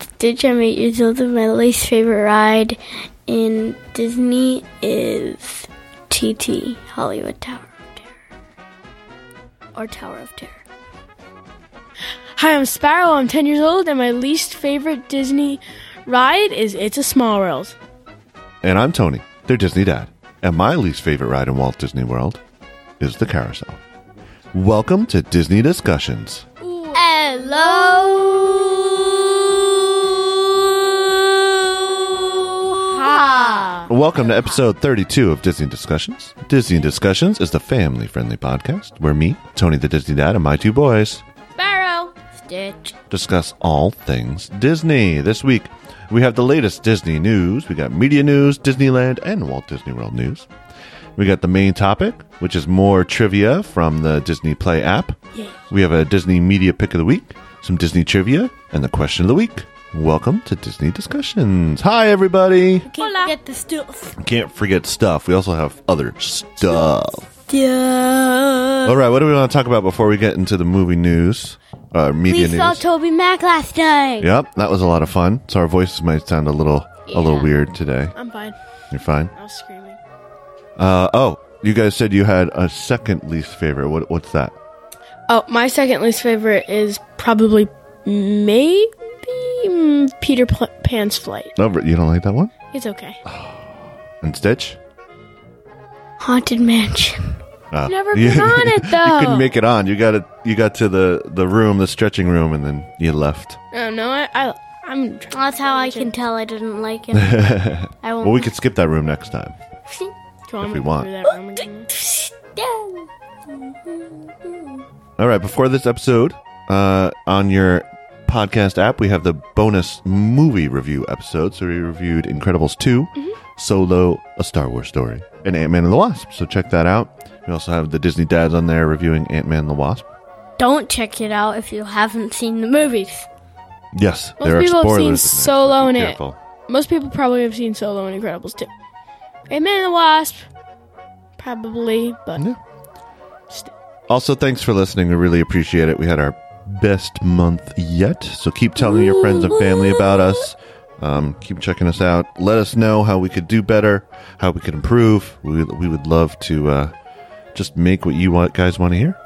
Stitch at Mate Years Old, and my least favorite ride in Disney is TT, Hollywood Tower of Terror. Or Tower of Terror. Hi, I'm Sparrow. I'm 10 years old, and my least favorite Disney ride is It's a Small World. And I'm Tony, their Disney dad. And my least favorite ride in Walt Disney World is the carousel. Welcome to Disney Discussions. Aloha. Welcome to episode 32 of Disney Discussions. Disney Discussions is the family friendly podcast where me, Tony the Disney Dad, and my two boys Sparrow! Stitch. discuss all things Disney. This week, we have the latest Disney news. We got media news, Disneyland, and Walt Disney World news. We got the main topic, which is more trivia from the Disney Play app. We have a Disney media pick of the week, some Disney trivia, and the question of the week. Welcome to Disney Discussions. Hi, everybody. Can't Hola. forget the stuff. Can't forget stuff. We also have other stuff. Duh. All right, what do we want to talk about before we get into the movie news? Uh, media We saw news. Toby Mac last night. Yep, that was a lot of fun. So our voices might sound a little a little weird today. I'm fine. You're fine. I was screaming. Uh, oh, you guys said you had a second least favorite. What, what's that? Oh, my second least favorite is probably maybe mm, Peter Pl- Pan's Flight. No, but you don't like that one? It's okay. And Stitch? Haunted Mansion. Oh. Never been on it, you couldn't though. make it on. You got it. You got to the the room, the stretching room, and then you left. Oh, no, I, I, I'm. tr- That's how I can tell I didn't like it. I won't. Well, we could skip that room next time. Do you If want we me to want. do that room again? All right. Before this episode, uh, on your podcast app, we have the bonus movie review episode. So we reviewed Incredibles 2 Mm-hmm. Solo, a Star Wars story, and Ant Man and the Wasp. So check that out. We also have the Disney dads on there reviewing Ant Man and the Wasp. Don't check it out if you haven't seen the movies. Yes, Most there are people have seen spoilers. in there, so Solo be and it. careful. Most people probably have seen Solo and Incredibles too. And Man and the Wasp, probably, but Yeah. still. Also, thanks for listening. We really appreciate it. We had our best month yet. So keep telling your friends and family about us. Um, keep checking us out. Let us know how we could do better, how we could improve. We, we would love to uh, just make what you want, guys want to hear.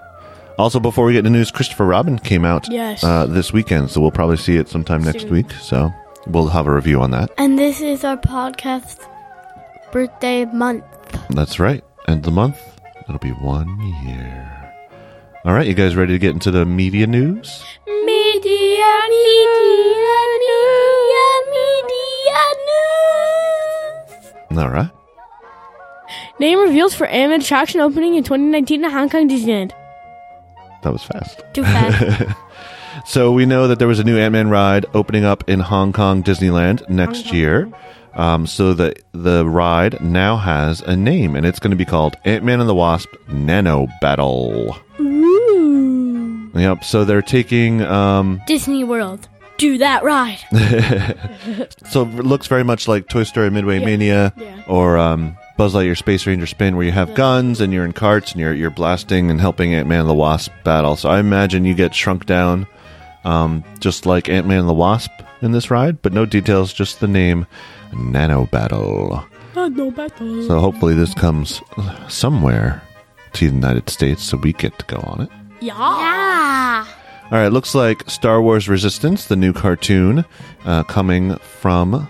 Also, before we get into news, Christopher Robin came out Yes. uh, this weekend. So we'll probably see it sometime next Soon. week. So we'll have a review on that. And this is our podcast birthday month. That's right. End of the month. It'll be one year. All right, you guys ready to get into the media news? Media, media, media, media news. All right. Name reveals for animated attraction opening in 2019 at Hong Kong Disneyland. That was fast. Too fast. So we know that there was a new Ant Man ride opening up in Hong Kong Disneyland next year. Um, so the the ride now has a name, and it's going to be called Ant Man and the Wasp Nano Battle. Yep. So they're taking. Um, Disney World. Do that ride. so it looks very much like Toy Story Midway Mania Yeah. or um, Buzz Lightyear Space Ranger Spin, where you have guns and you're in carts and you're you're blasting and helping Ant Man and the Wasp battle. So I imagine you get shrunk down. um, just like Ant Man and the Wasp in this ride, but no details, just the name Nano Battle. Oh, no battle. So hopefully this comes somewhere to the United States so we get to go on it. Yeah. Ah. All right, looks like Star Wars Resistance, the new cartoon uh, coming from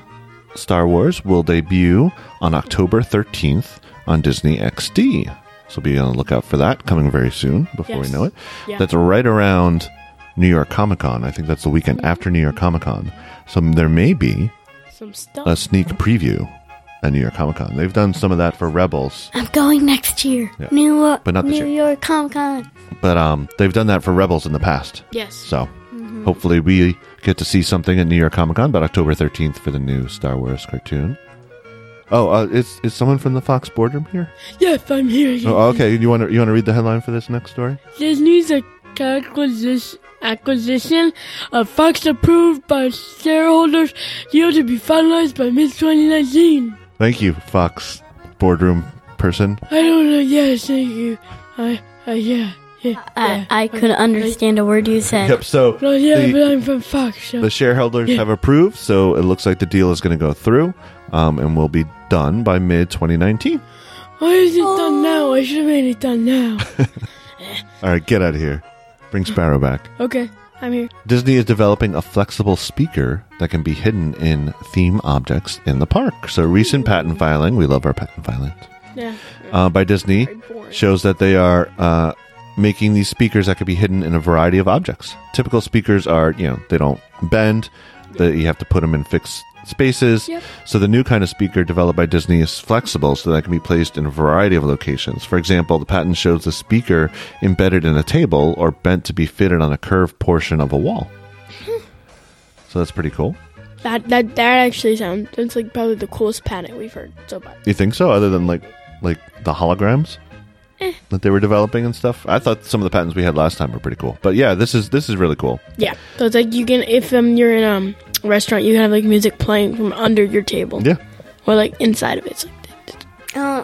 Star Wars, will debut on October 13th on Disney XD. So be on the lookout for that coming very soon before we Yes. know it. Yeah. That's right around New York Comic Con. I think that's the weekend after New York Comic Con. So there may be Some stuff. a sneak preview at New York Comic Con. They've done some of that for Rebels. I'm going next year. Yeah. New York, But not this New year. York Comic Con. But um, they've done that for Rebels in the past. yes. So hopefully we get to see something at New York Comic Con about October 13th for the new Star Wars cartoon. Oh, uh, is is someone from the Fox boardroom here? Yes, I'm here. Oh, okay. You want to you want to read the headline for this next story? Disney's acquisition, acquisition of Fox approved by shareholders. Deal to be finalized by mid 2019. Thank you, Fox boardroom person. I don't know. Yes, thank you. I, I, yeah, Uh, I, I couldn't understand a word you said. Yep. So Well, yeah, the- but I'm from Fox. So. the shareholders have approved, so it looks like the deal is going to go through, um, and will be done by mid 2019. Why is it done now? I should have made it done now. All right, get out of here. Bring Sparrow back. okay, I'm here. Disney is developing a flexible speaker that can be hidden in theme objects in the park. So recent patent filing, we love our patent filings, Yeah. uh, by Disney shows that they are uh, making these speakers that can be hidden in a variety of objects. Typical speakers are, you know, they don't bend. That you have to put them in fixed spaces. Yep. So the new kind of speaker developed by Disney is flexible, so that it can be placed in a variety of locations. For example, the patent shows the speaker embedded in a table or bent to be fitted on a curved portion of a wall. so that's pretty cool. That that that actually sounds that's like probably the coolest patent we've heard so far. You think so? Other than like like the holograms that they were developing and stuff. I thought some of the patents we had last time were pretty cool. But yeah, this is this is really cool. Yeah. So it's like you can if um you're in um a restaurant you can have like music playing from under your table Yeah. or like inside of it. It's like that- that- Uh,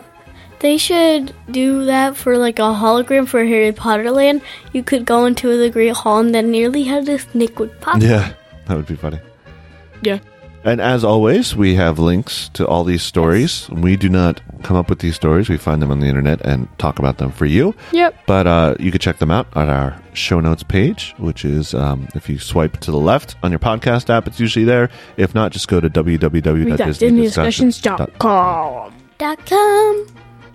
they should do that for like a hologram for Harry Potter Land. You could go into the Great Hall and then nearly have this Nick would pop. Yeah. That would be funny. yeah. And as always, we have links to all these stories. We do not come up with these stories. We find them on the internet and talk about them for you. Yep. But uh, you can check them out on our show notes page, which is um, if you swipe to the left on your podcast app, it's usually there. If not, just go to We got DisneyDiscussions.com. Dot com.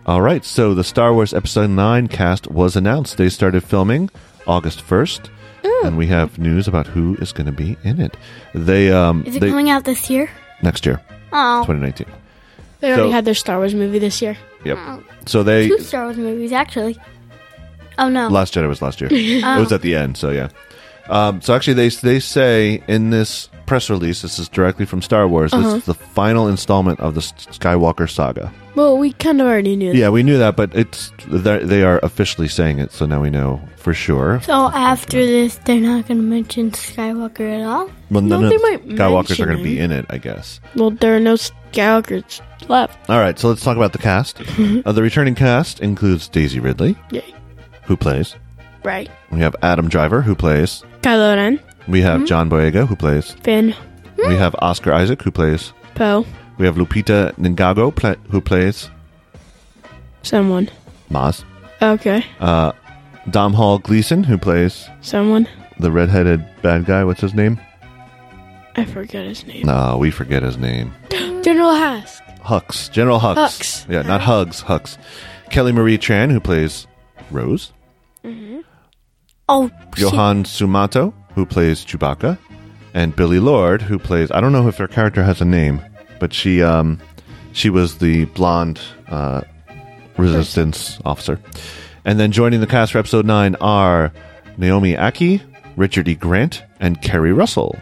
All right, so the Star Wars Episode 9 cast was announced. They started filming August 1st, Hmm. and Oh. we have news about who is going to be in it. They um Is it they, coming out this year? next year, Oh, 2019. They already So- had their Star Wars movie this year. Yep. So they Oh, two Star Wars movies actually. Oh no. Um, Last Jedi was last year. It was at the end, so yeah. Um, so actually, they they say in this press release, this is directly from Star Wars. This is the final installment of the S- Skywalker saga. Well, we kind of already knew. Yeah, we knew that, but it's they're- they are officially saying it, so now we know for sure. so after this, they're not going to mention Skywalker at all. Well, No, none of they the might Skywalkers mention are going to be it. in it, I guess. that. Well, there are no Skywalkers left. All right, so let's talk about the cast. uh, the returning cast includes Daisy Ridley, Yay. who plays. Right. We have Adam Driver, who plays. Kylo Ren, We have John Boyega, who plays. Finn, We have Oscar Isaac, who plays. Poe, We have Lupita Ningago, pla who plays someone. Maz. Okay, Uh, Dom Hall Gleason, who plays someone. the redheaded bad guy. What's his name? I forgot his name. No, we forget his name. General Hask. Hux. General Hux. Hux. Yeah, not Hugs. Hux. Kelly Marie Tran, who plays Rose. Oh, shit. Johan Sumato, who plays Chewbacca, and Billy Lord, who plays I don't know if her character has a name, but she um she was the blonde uh, resistance officer. And then joining the cast for episode nine are Naomi Aki, Richard E. Grant, and Kerry Russell.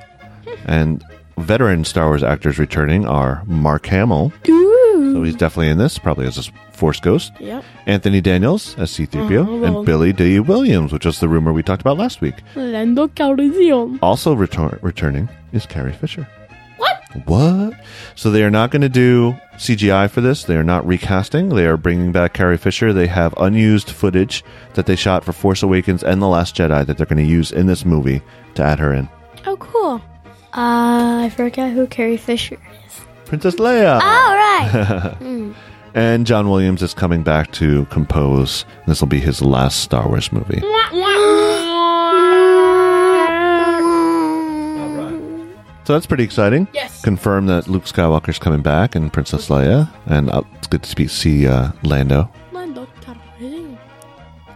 And veteran Star Wars actors returning are Mark Hamill, so he's definitely in this, probably as a Force Ghost. Yep. Anthony Daniels as C-3PO Oh, well. and Billy D. Williams, which was the rumor we talked about last week. Lando Calrissian. Also retur- returning is Carrie Fisher. What? What? So they are not going to do CGI for this. They are not recasting. They are bringing back Carrie Fisher. They have unused footage that they shot for Force Awakens and The Last Jedi that they're going to use in this movie to add her in. Oh, cool. Uh, I forgot who Carrie Fisher is. Princess Leia All right. and John Williams is coming back to compose. This will be his last Star Wars movie. Hmm. So that's pretty exciting. Yes. Confirm that Luke Skywalker's coming back and Princess Leia, and uh, it's good to spe- see uh, Lando. Lando Calrissian.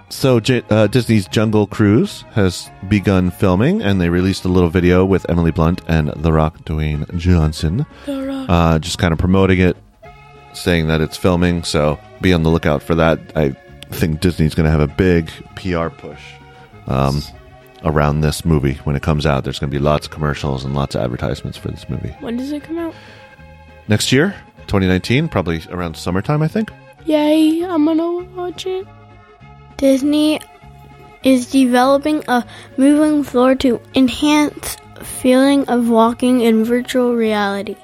So J- uh, Disney's Jungle Cruise has begun filming, and they released a little video with Emily Blunt and The Rock Dwayne Johnson, The Rock. uh, just kind of promoting it, saying that it's filming. So be on the lookout for that. I think Disney's going to have a big PR push um, around this movie when it comes out. There's going to be lots of commercials and lots of advertisements for this movie. when does it come out? next year 2019 probably around summertime i think Yay! I'm gonna watch it. Disney is developing a moving floor to enhance feeling of walking in virtual reality.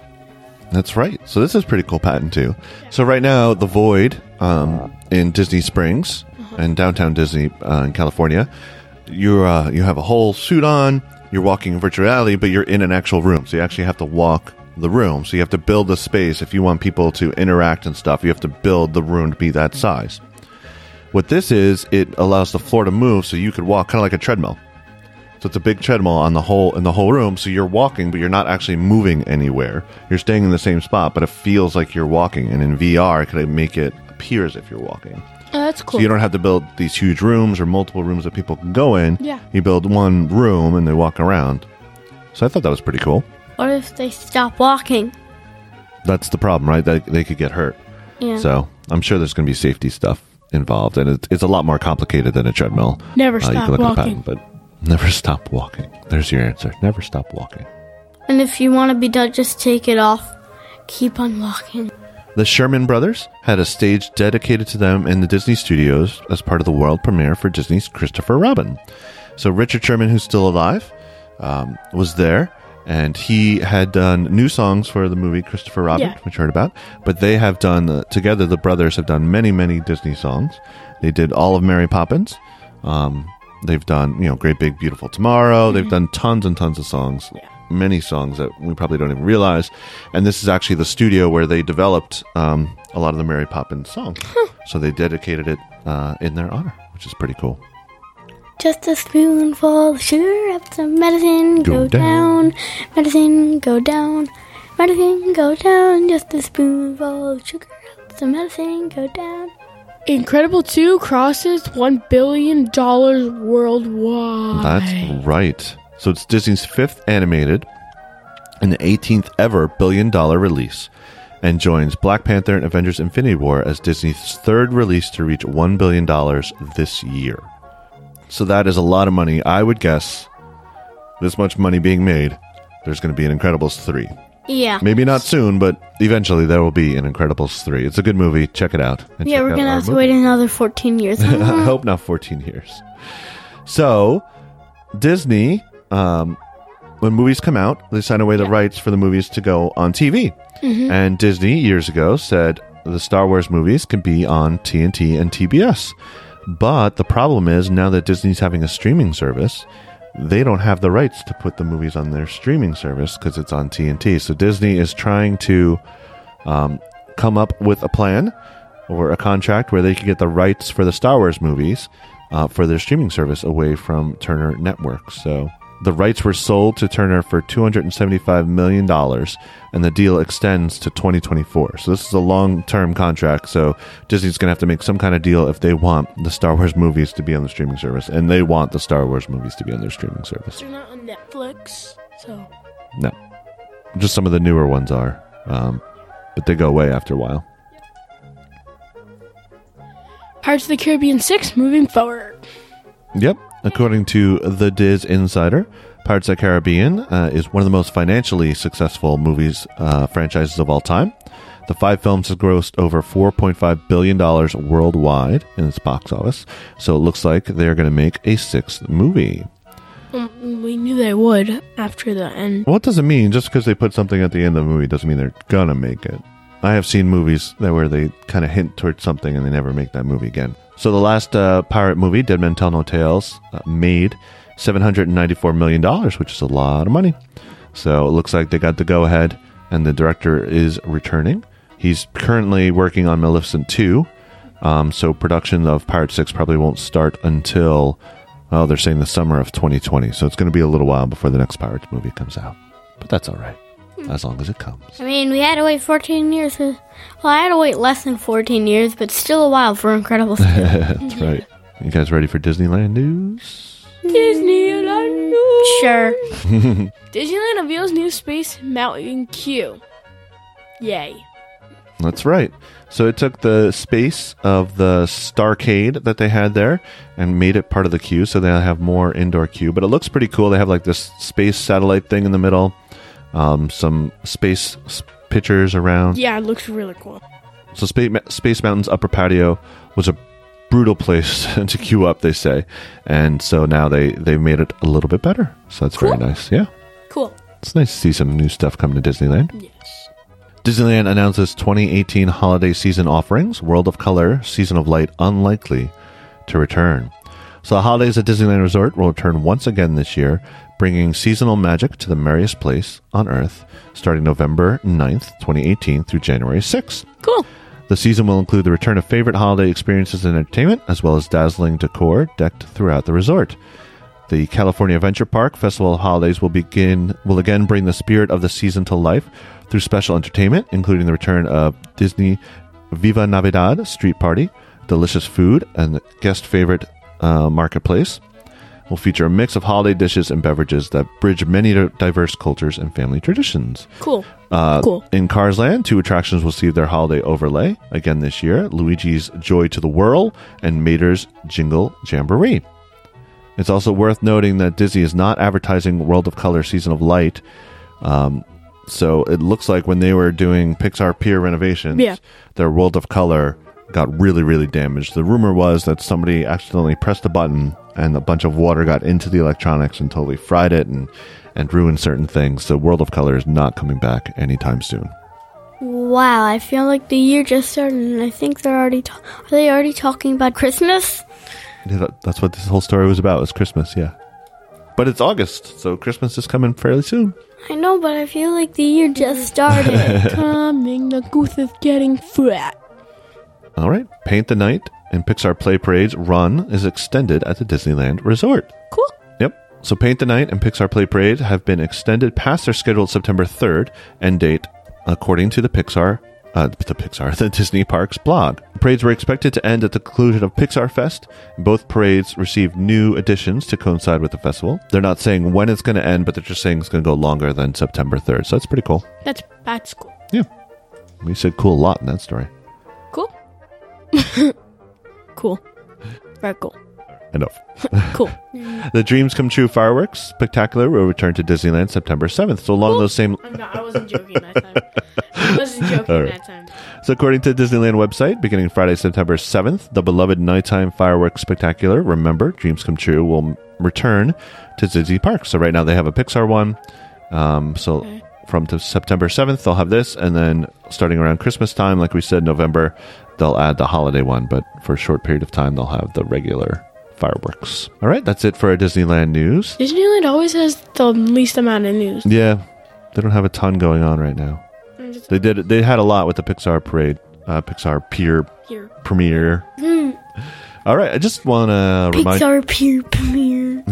that's right so this is pretty cool patent too so right now the void um, in disney springs in downtown Disney uh, in California, you're uh, you have a whole suit on. You're walking in virtual reality, but you're in an actual room, so you actually have to walk the room. So you have to build the space if you want people to interact and stuff. You have to build the room to be that size. What this is, it allows the floor to move, so you could walk kind of like a treadmill. So it's a big treadmill on the whole in the whole room. So you're walking, but you're not actually moving anywhere. You're staying in the same spot, but it feels like you're walking. And in VR, it could make it appear as if you're walking. Oh, that's cool. So you don't have to build these huge rooms or multiple rooms that people can go in. Yeah. You build one room and they walk around. So I thought that was pretty cool. Or if they stop walking. That's the problem, right? They, they could get hurt. Yeah. So I'm sure there's going to be safety stuff involved, and it's, it's a lot more complicated than a treadmill. Uh, Never you stop can look at the walking. patent, but never stop walking. There's your answer. Never stop walking. And if you want to be done, just take it off. Keep on walking. The Sherman Brothers had a stage dedicated to them in the Disney Studios as part of the world premiere for Disney's Christopher Robin. So Richard Sherman, who's still alive, um, was there, and he had done new songs for the movie Christopher Robin, Yeah. which you heard about. But they have done uh, together. The brothers have done many, many Disney songs. They did all of Mary Poppins. Um, they've done you know Great Big Beautiful Tomorrow. They've done tons and tons of songs. Many songs that we probably don't even realize, and this is actually the studio where they developed um, a lot of the Mary Poppins songs. So they dedicated it uh, in their honor, which is pretty cool. Just a spoonful of sugar up some medicine, go, Go down. Medicine, go down. Medicine, go down. Just a spoonful of sugar up some medicine, go down. Incredible 2 crosses $1 billion worldwide. That's right. So it's Disney's fifth animated and the 18th ever billion dollar release and joins Black Panther and Avengers Infinity War as Disney's third release to reach $1 billion this year. So that is a lot of money. I would guess this much money being made, there's going to be an Incredibles 3. Yeah. Maybe not soon, but eventually there will be an Incredibles 3. It's a good movie. Check it out. and Yeah, check we're out going to our have to movie. wait another 14 years. I hope not 14 years. So, Disney, um, when movies come out, they sign away the rights for the movies to go on TV. And Disney, years ago, said the Star Wars movies can be on TNT and TBS. But the problem is now that Disney's having a streaming service, they don't have the rights to put the movies on their streaming service because it's on TNT. So Disney is trying to come up with a plan or a contract where they could get the rights for the Star Wars movies uh, for their streaming service away from Turner Network. So the rights were sold to Turner for $275 million, and the deal extends to 2024. So this is a long term contract. So Disney's going to have to make some kind of deal if they want the Star Wars movies to be on the streaming service, and they want the Star Wars movies to be on their streaming service. They're not on Netflix, so. No. Just some of the newer ones are. Um, but they go away after a while. Pirates of the Caribbean 6 moving forward. Yep. According to the Diz Insider, Pirates of the Caribbean uh, is one of the most financially successful movies uh, franchises of all time. The five films have grossed over $4.5 billion worldwide in its box office, so it looks like they're going to make a sixth movie. Um, we knew they would after the end. Well, it doesn't mean just because they put something at the end of the movie doesn't mean they're going to make it. I have seen movies that where they kind of hint towards something and they never make that movie again. So the last uh, pirate movie, Dead Men Tell No Tales, uh, made $794 million, which is a lot of money. So it looks like they got the go ahead and the director is returning. He's currently working on Maleficent 2. Um, so production of Pirate 6 probably won't start until, oh, they're saying the summer of 2020. So it's going to be a little while before the next Pirates movie comes out. But that's all right, as long as it comes. I mean, we had to wait 14 years. For, well, I had to wait less than 14 years, but still a while for Incredibles. two. That's Mm-hmm. right. You guys ready for Disneyland news? Disneyland News. sure. Disneyland reveals new space Mountain Q. Yay. That's right. So it took the space of the Starcade that they had there and made it part of the queue. So they have more indoor queue, but it looks pretty cool. They have like this space satellite thing in the middle, um, some space s- pictures around. Yeah, it looks really cool. So Space, Space Mountain's upper patio was a brutal place to queue up, they say, and so now they they made it a little bit better. So that's very Cool. nice. Yeah, Cool. it's nice to see some new stuff come to Disneyland. Yes. Disneyland announces 2018 holiday season offerings World of Color, Season of Light, Unlikely, to return. So the holidays at Disneyland Resort will return once again this year, bringing seasonal magic to the merriest place on earth starting November 9th, 2018 through January 6th. Cool. The season will include the return of favorite holiday experiences and entertainment, as well as dazzling decor decked throughout the resort. The California Adventure Park Festival of Holidays will begin will again bring the spirit of the season to life through special entertainment, including the return of Disney Viva Navidad street party, delicious food, and the guest favorite uh, marketplace. Will feature a mix of holiday dishes and beverages that bridge many diverse cultures and family traditions. Cool. Uh, Cool. In Cars Land, two attractions will see their holiday overlay again this year Luigi's Joy to the Whirl and Mater's Jingle Jamboree. It's also worth noting that Disney is not advertising World of Color Season of Light. Um, so it looks like when they were doing Pixar Pier renovations, Yeah. their World of Color got really, really damaged. The rumor was that somebody accidentally pressed a button and a bunch of water got into the electronics and totally fried it and, and ruined certain things. So World of Color is not coming back anytime soon. Wow, I feel like the year just started, and I think they're already ta- are they already talking about Christmas? Yeah, that- That's what this whole story was about. It's Christmas, yeah. But it's August, so Christmas is coming fairly soon. I know, but I feel like the year just started. Coming, the goose is getting fat. All right. Paint the Night and Pixar Play Parade's run is extended at the Disneyland Resort. Cool. Yep. So Paint the Night and Pixar Play Parade have been extended past their scheduled September 3rd end date, according to the Pixar. Uh, the Pixar, the Disney Parks blog. Parades were expected to end at the conclusion of Pixar Fest. Both parades received new additions to coincide with the festival. They're not saying when it's going to end, but they're just saying it's going to go longer than September 3rd. So that's pretty cool. That's that's cool. Yeah. We said cool a lot in that story. Cool. cool. Very cool. Enough. Cool. The Dreams Come True fireworks spectacular will return to Disneyland September 7th. So along those same I'm not, I wasn't joking that time. I wasn't joking Alright. that time. So according to the Disneyland website, beginning Friday, September 7th, the beloved nighttime fireworks spectacular, remember, Dreams Come True will m- return to Disney Park. So right now they have a Pixar one. Um, so from to September 7th, they'll have this. And then starting around Christmas time, like we said, November, they'll add the holiday one. But for a short period of time, they'll have the regular fireworks. All right, that's it for our Disneyland news. Disneyland always has the least amount of news. Yeah, they don't have a ton going on right now. They did. They had a lot with the Pixar parade, uh, Pixar Pier Here. premiere. All right, I just want to remind. Pixar peer premiere.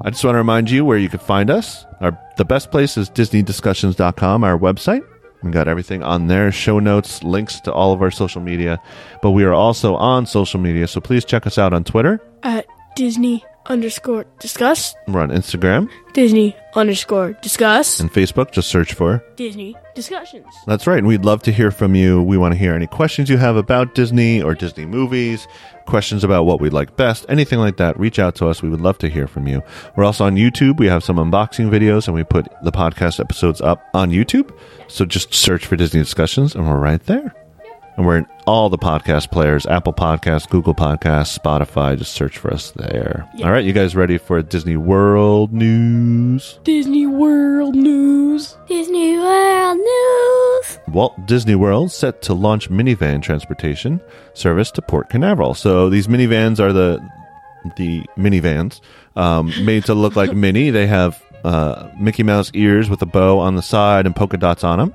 I just want to remind you where you can find us. Our the best place is DisneyDiscussions.com, our website. We got everything on there, show notes, links to all of our social media. But we are also on social media, so please check us out on Twitter. At Disney underscore discuss. We're on Instagram Disney underscore discuss. and Facebook. Just search for Disney discussions. That's right. And we'd love to hear from you. We want to hear any questions you have about Disney or Disney movies, questions about what we like best, anything like that. Reach out to us. We would love to hear from you. We're also on YouTube. We have some unboxing videos and we put the podcast episodes up on YouTube. So just search for Disney Discussions and we're right there. And we're in all the podcast players Apple Podcasts, Google Podcasts, Spotify. Just search for us there. All right. You guys ready for Disney World news? Disney World news. Disney World news. Walt Disney World set to launch minivan transportation service to Port Canaveral. So these minivans are the the minivans um, made to look like mini. They have uh, Mickey Mouse ears with a bow on the side and polka dots on them.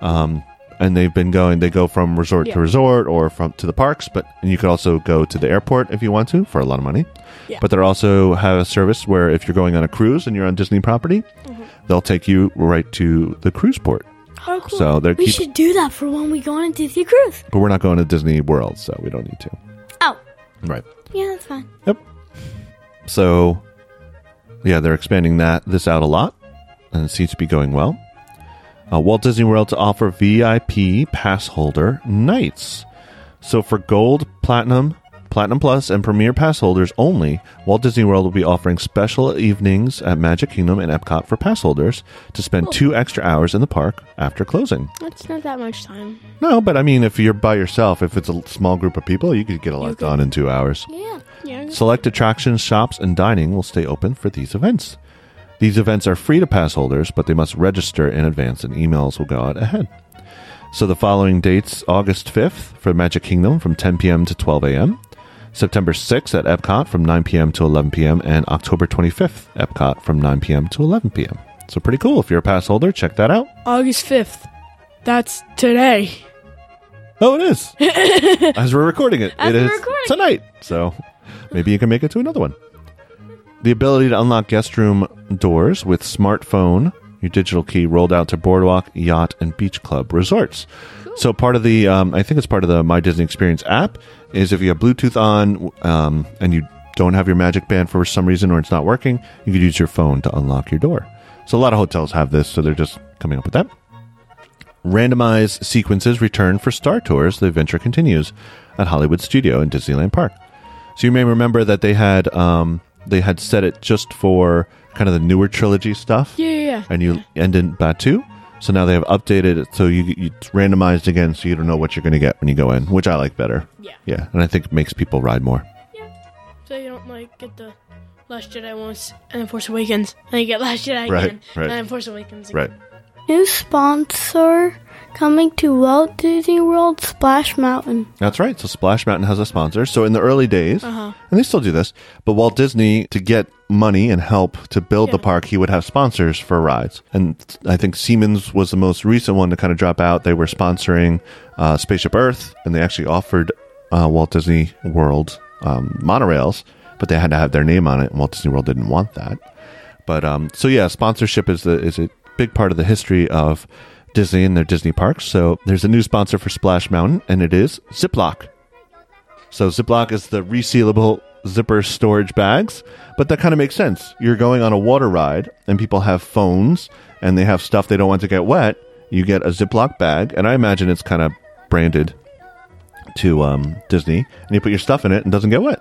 Um, and they've been going. They go from resort Oh, Yeah. to resort or from to the parks, but and you could also go to the airport if you want to for a lot of money. Yeah. But they are also have a service where if you're going on a cruise and you're on Disney property, Mm-hmm. they'll take you right to the cruise port. Oh, cool. So they're we keep- should do that for when we go on a Disney cruise. but we're not going to Disney World, so we don't need to. Oh, Right. yeah, that's fine. Yep. So, yeah, they're expanding that this out a lot, and it seems to be going well. Uh, Walt Disney World to offer VIP pass holder nights. So for gold, platinum, platinum plus, and premier pass holders only, Walt Disney World will be offering special evenings at Magic Kingdom and Epcot for pass holders to spend two extra hours in the park after closing. That's not that much time. No, but I mean, if you're by yourself, if it's a small group of people, you could get a lot done in two hours. Yeah. Yeah. Select attractions, shops, and dining will stay open for these events. These events are free to pass holders, but they must register in advance, and emails will go out ahead. So the following dates August 5th for Magic Kingdom from 10 p.m. to 12 a.m., September 6th at Epcot from 9 p.m. to 11 p.m., and October 25th, Epcot from 9 p.m. to 11 p.m. So pretty cool. If you're a pass holder, check that out. August 5th. That's today. Oh, it is. As we're recording it, As it we're is recording. tonight. So maybe you can make it to another one. The ability to unlock guest room doors with smartphone, your digital key rolled out to Boardwalk, Yacht, and Beach Club resorts. So part of the, um, I think it's part of the My Disney Experience app, is if you have Bluetooth on um, and you don't have your Magic Band for some reason or it's not working, you could use your phone to unlock your door. So a lot of hotels have this, so they're just coming up with that. Randomized sequences return for Star Tours. The adventure continues at Hollywood Studio in Disneyland Park. So you may remember that they had um, they had set it just for kind of the newer trilogy stuff, Yeah, yeah, yeah. and you end in Batu. So now they have updated it, so you, you it's randomized again, so you don't know what you're going to get when you go in, which I like better. Yeah. yeah, and I think it makes people ride more. So you don't like get the Last Jedi once and then Force Awakens, and you get Last Jedi Right, again, right. and then Force Awakens again. Right. New sponsor coming to Walt Disney World Splash Mountain. That's right. So Splash Mountain has a sponsor. So in the early days, Uh-huh. and they still do this, but Walt Disney to get money and help to build the Yeah. park, he would have sponsors for rides. And I think Siemens was the most recent one to kind of drop out. They were sponsoring uh, Spaceship Earth, and they actually offered uh, Walt Disney World um, monorails, but they had to have their name on it, and Walt Disney World didn't want that. But um, so yeah, sponsorship is the is a big part of the history of Disney and their Disney parks. So there's a new sponsor for Splash Mountain, and it is Ziploc. So Ziploc is the resealable zipper storage bags, but that kind of makes sense. You're going on a water ride, and people have phones, and they have stuff they don't want to get wet. You get a Ziploc bag, and I imagine it's kind of branded to um, Disney, and you put your stuff in it and it doesn't get wet.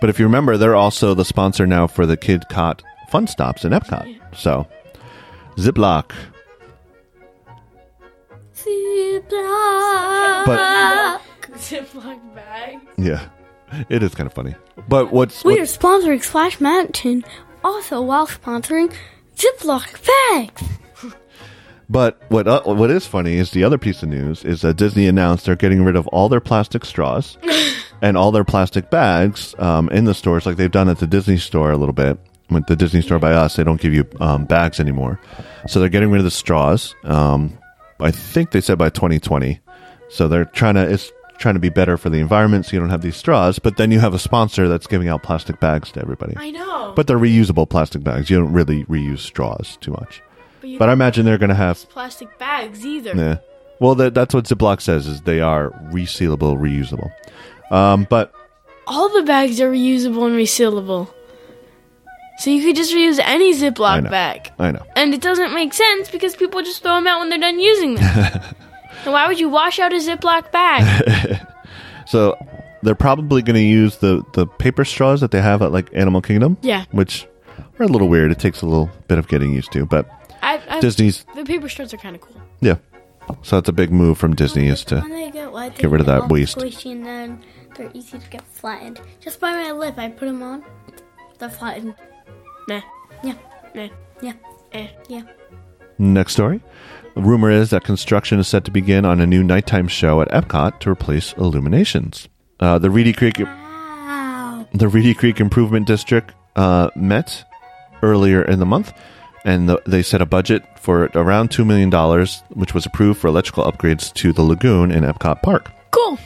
But if you remember, they're also the sponsor now for the Kid Cot Fun Stops in Epcot. So, Ziploc. But- Ziploc bag. Yeah, it is kind of funny. But what's We what- are sponsoring Splash Mountain, also while sponsoring Ziploc bags. But what uh, what is funny is the other piece of news is that Disney announced they're getting rid of all their plastic straws and all their plastic bags um, in the stores, like they've done at the Disney store a little bit. With the Disney store by us, they don't give you um, bags anymore, so they're getting rid of the straws. Um, I think they said by 2020, so they're trying to it's trying to be better for the environment, so you don't have these straws. But then you have a sponsor that's giving out plastic bags to everybody, I know. but they're reusable plastic bags. You don't really reuse straws too much. you But I don't imagine they're going to have use plastic bags either. yeah. Well, that, that's what Ziploc says is they are resealable, reusable. Um, but All the bags are reusable and resealable. So you could just reuse any I Ziploc know. bag. I know. And it doesn't make sense because people just throw them out when they're done using them. so why would you wash out a Ziploc bag? So they're probably going to use the the paper straws that they have at like Animal Kingdom. Yeah. Which are a little weird. It takes a little bit of getting used to, but I, I, Disney's the paper straws are kind of cool. yeah. So that's a big move from Disney is to When they get wet, they Get rid of get that all waste. Squishy and then they're easy to get flattened. Just by my lip, I put them on. They're flattened. Nah. Yeah, Nah. yeah, Eh. yeah. next story. Rumor is that construction is set to begin on a new nighttime show at Epcot to replace Illuminations. Uh, the Reedy Creek Wow. the Reedy Creek Improvement District uh, met earlier in the month, and the, they set a budget for around $2 million, which was approved for electrical upgrades to the lagoon in Epcot Park. Cool.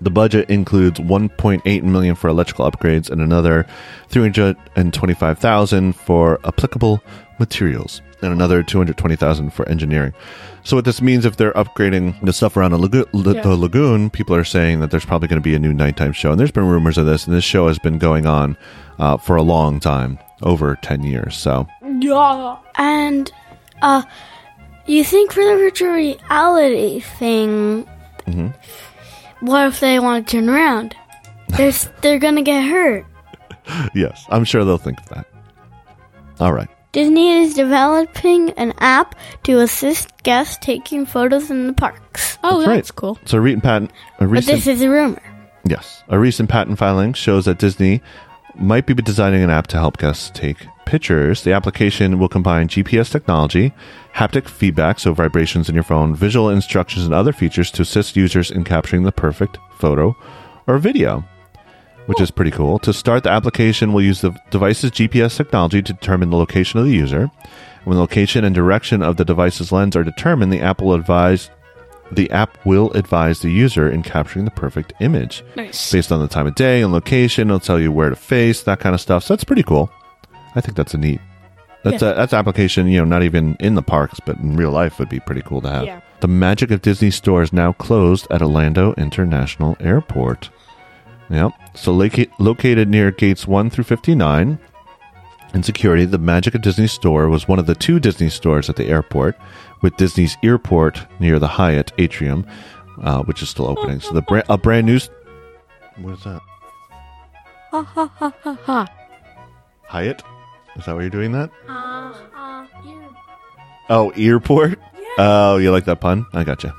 The budget includes 1.8 million for electrical upgrades and another 325,000 for applicable materials and another 220,000 for engineering. So what this means if they're upgrading the stuff around the, lago- la- Yeah. the lagoon, people are saying that there's probably going to be a new nighttime show and there's been rumors of this and this show has been going on uh, for a long time, over 10 years. So Yeah. And, uh, you think for the virtual reality thing, what if they want to turn around? They're, s- they're gonna get hurt. yes, I'm sure they'll think of that. All right. Disney is developing an app to assist guests taking photos in the parks. Oh, that's, right. cool. So Reed and Patton, a But recent this is a rumor. Yes. A recent patent filing shows that Disney might be designing an app to help guests take pictures. The application will combine GPS technology, haptic feedback, so vibrations in your phone, visual instructions, and other features to assist users in capturing the perfect photo or video. which is pretty cool. To start the application, we'll use the device's GPS technology to determine the location of the user. When the location and direction of the device's lens are determined, the app will advise the app will advise the user in capturing the perfect image Nice. based on the time of day and location. It'll tell you where to face that kind of stuff. So that's pretty cool. I think that's a neat. That's a that's an application. You know, not even in the parks, but in real life would be pretty cool to have. Yeah. The magic of Disney Store is now closed at Orlando International Airport. Yep. So loca- located near gates one through fifty nine. In security, the Magic of Disney Store was one of the two Disney stores at the airport, with Disney's Airport near the Hyatt atrium, uh, which is still opening. So the bra- a brand new. s- What is that? Ha ha ha ha ha. Hyatt? Is that why you're doing that? Oh, Earport? Oh, you like that pun? I gotcha.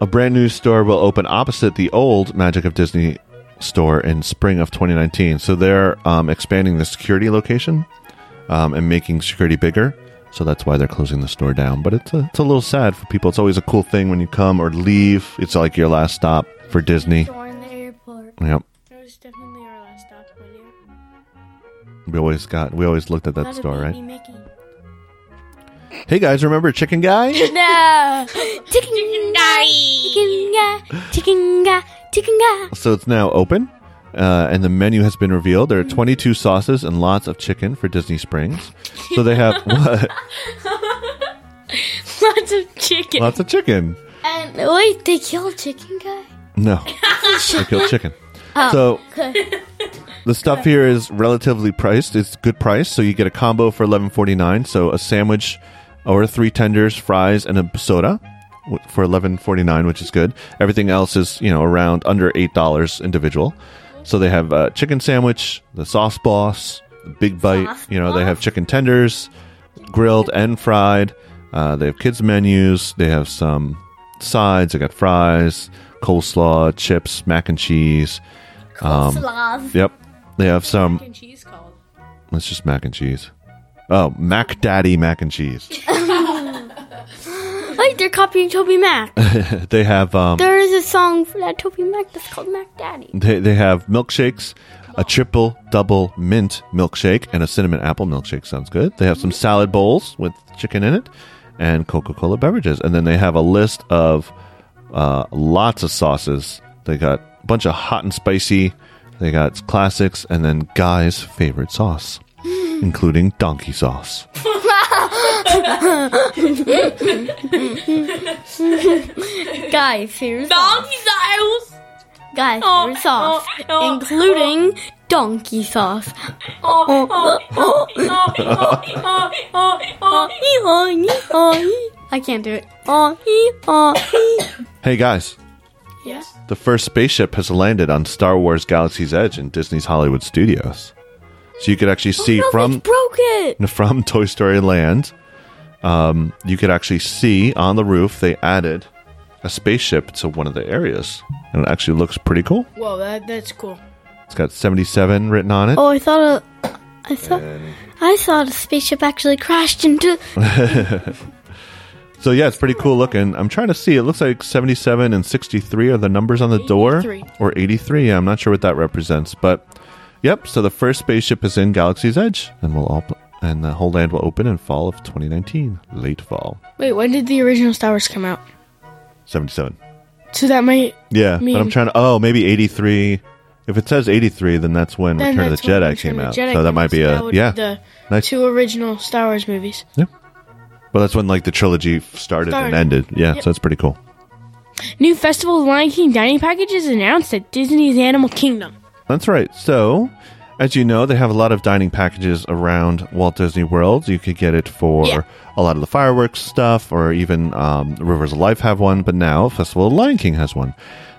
A brand new store will open opposite the old Magic of Disney store in spring of 2019. So they're um, expanding the security location um, and making security bigger. So that's why they're closing the store down. But it's a, it's a little sad for people. It's always a cool thing when you come or leave. It's like your last stop for Disney. Store in the airport. Yep. It was definitely our last stop one year. We always got we always looked at that store, right? Mickey. Hey guys, remember Chicken Guy? No. Chicken guy. Chicken guy. Chicken guy. Chicken guy. So it's now open, uh, and the menu has been revealed. There are 22 sauces and lots of chicken for Disney Springs. So they have what? Lots of chicken. lots of chicken. And wait, they killed chicken guy. No, they killed chicken. So the stuff here is relatively priced. It's good price, so you get a combo for 11.49. So a sandwich or three tenders, fries, and a soda w- for 11.49, which is good. Everything else is you know around under eight dollars individual. So they have uh, chicken sandwich, the sauce boss, the big bite. you know they have chicken tenders, grilled and fried. Uh, they have kids menus. They have some sides. They got fries, coleslaw, chips, mac and cheese. Um, Slav. Yep. They have some. and cheese called. It's just mac and cheese. Oh, Mac Daddy mac and cheese. Wait, they're copying Toby Mac. they have um. there is a song for that Toby Mac that's called Mac Daddy. They they have milkshakes, a triple double mint milkshake, and a cinnamon apple milkshake. Sounds good. They have some salad bowls with chicken in it, and Coca Cola beverages. And then they have a list of uh, lots of sauces. They got a bunch of hot and spicy. They got classics, and then Guy's favorite sauce, including donkey sauce. Guy, favorite sauce. Donkey sauce. Guy, favorite sauce. Including donkey sauce. I can't do it. Oh, Hey guys. Yes? The first spaceship has landed on Star Wars Galaxy's Edge in Disney's Hollywood Studios. So you could actually see No, from they broke it. from Toy Story Land, um, you could actually see on the roof they added a spaceship to one of the areas. And it actually looks pretty cool. Whoa, that, that's cool. It's got 77 written on it. Oh, I thought a, I thought I thought a spaceship actually crashed into. So yeah, it's pretty cool looking. I'm trying to see. It looks like 77 and 63 are the numbers on the door, 83. or 83. Yeah, I'm not sure what that represents, but yep. So the first spaceship is in Galaxy's Edge, and we'll all and the whole land will open in fall of 2019, late fall. Wait, when did the original Star Wars come out? 77. So that might. Yeah, Mean. but I'm trying to. Oh, maybe 83. If it says 83, then that's when Then Return of that's the when Return Jedi of came the out. Jedi so that came might out, so be a that would be yeah. The nice. two original Star Wars movies. Well, that's when like the trilogy started, and Started. ended. Yeah, so it's pretty cool. New Festival of Lion King dining package is announced at Disney's Animal Kingdom. That's right. So, as you know, they have a lot of dining packages around Walt Disney World. You could get it for Yeah. a lot of the fireworks stuff, or even um, Rivers of Life have one, but now Festival of Lion King has one.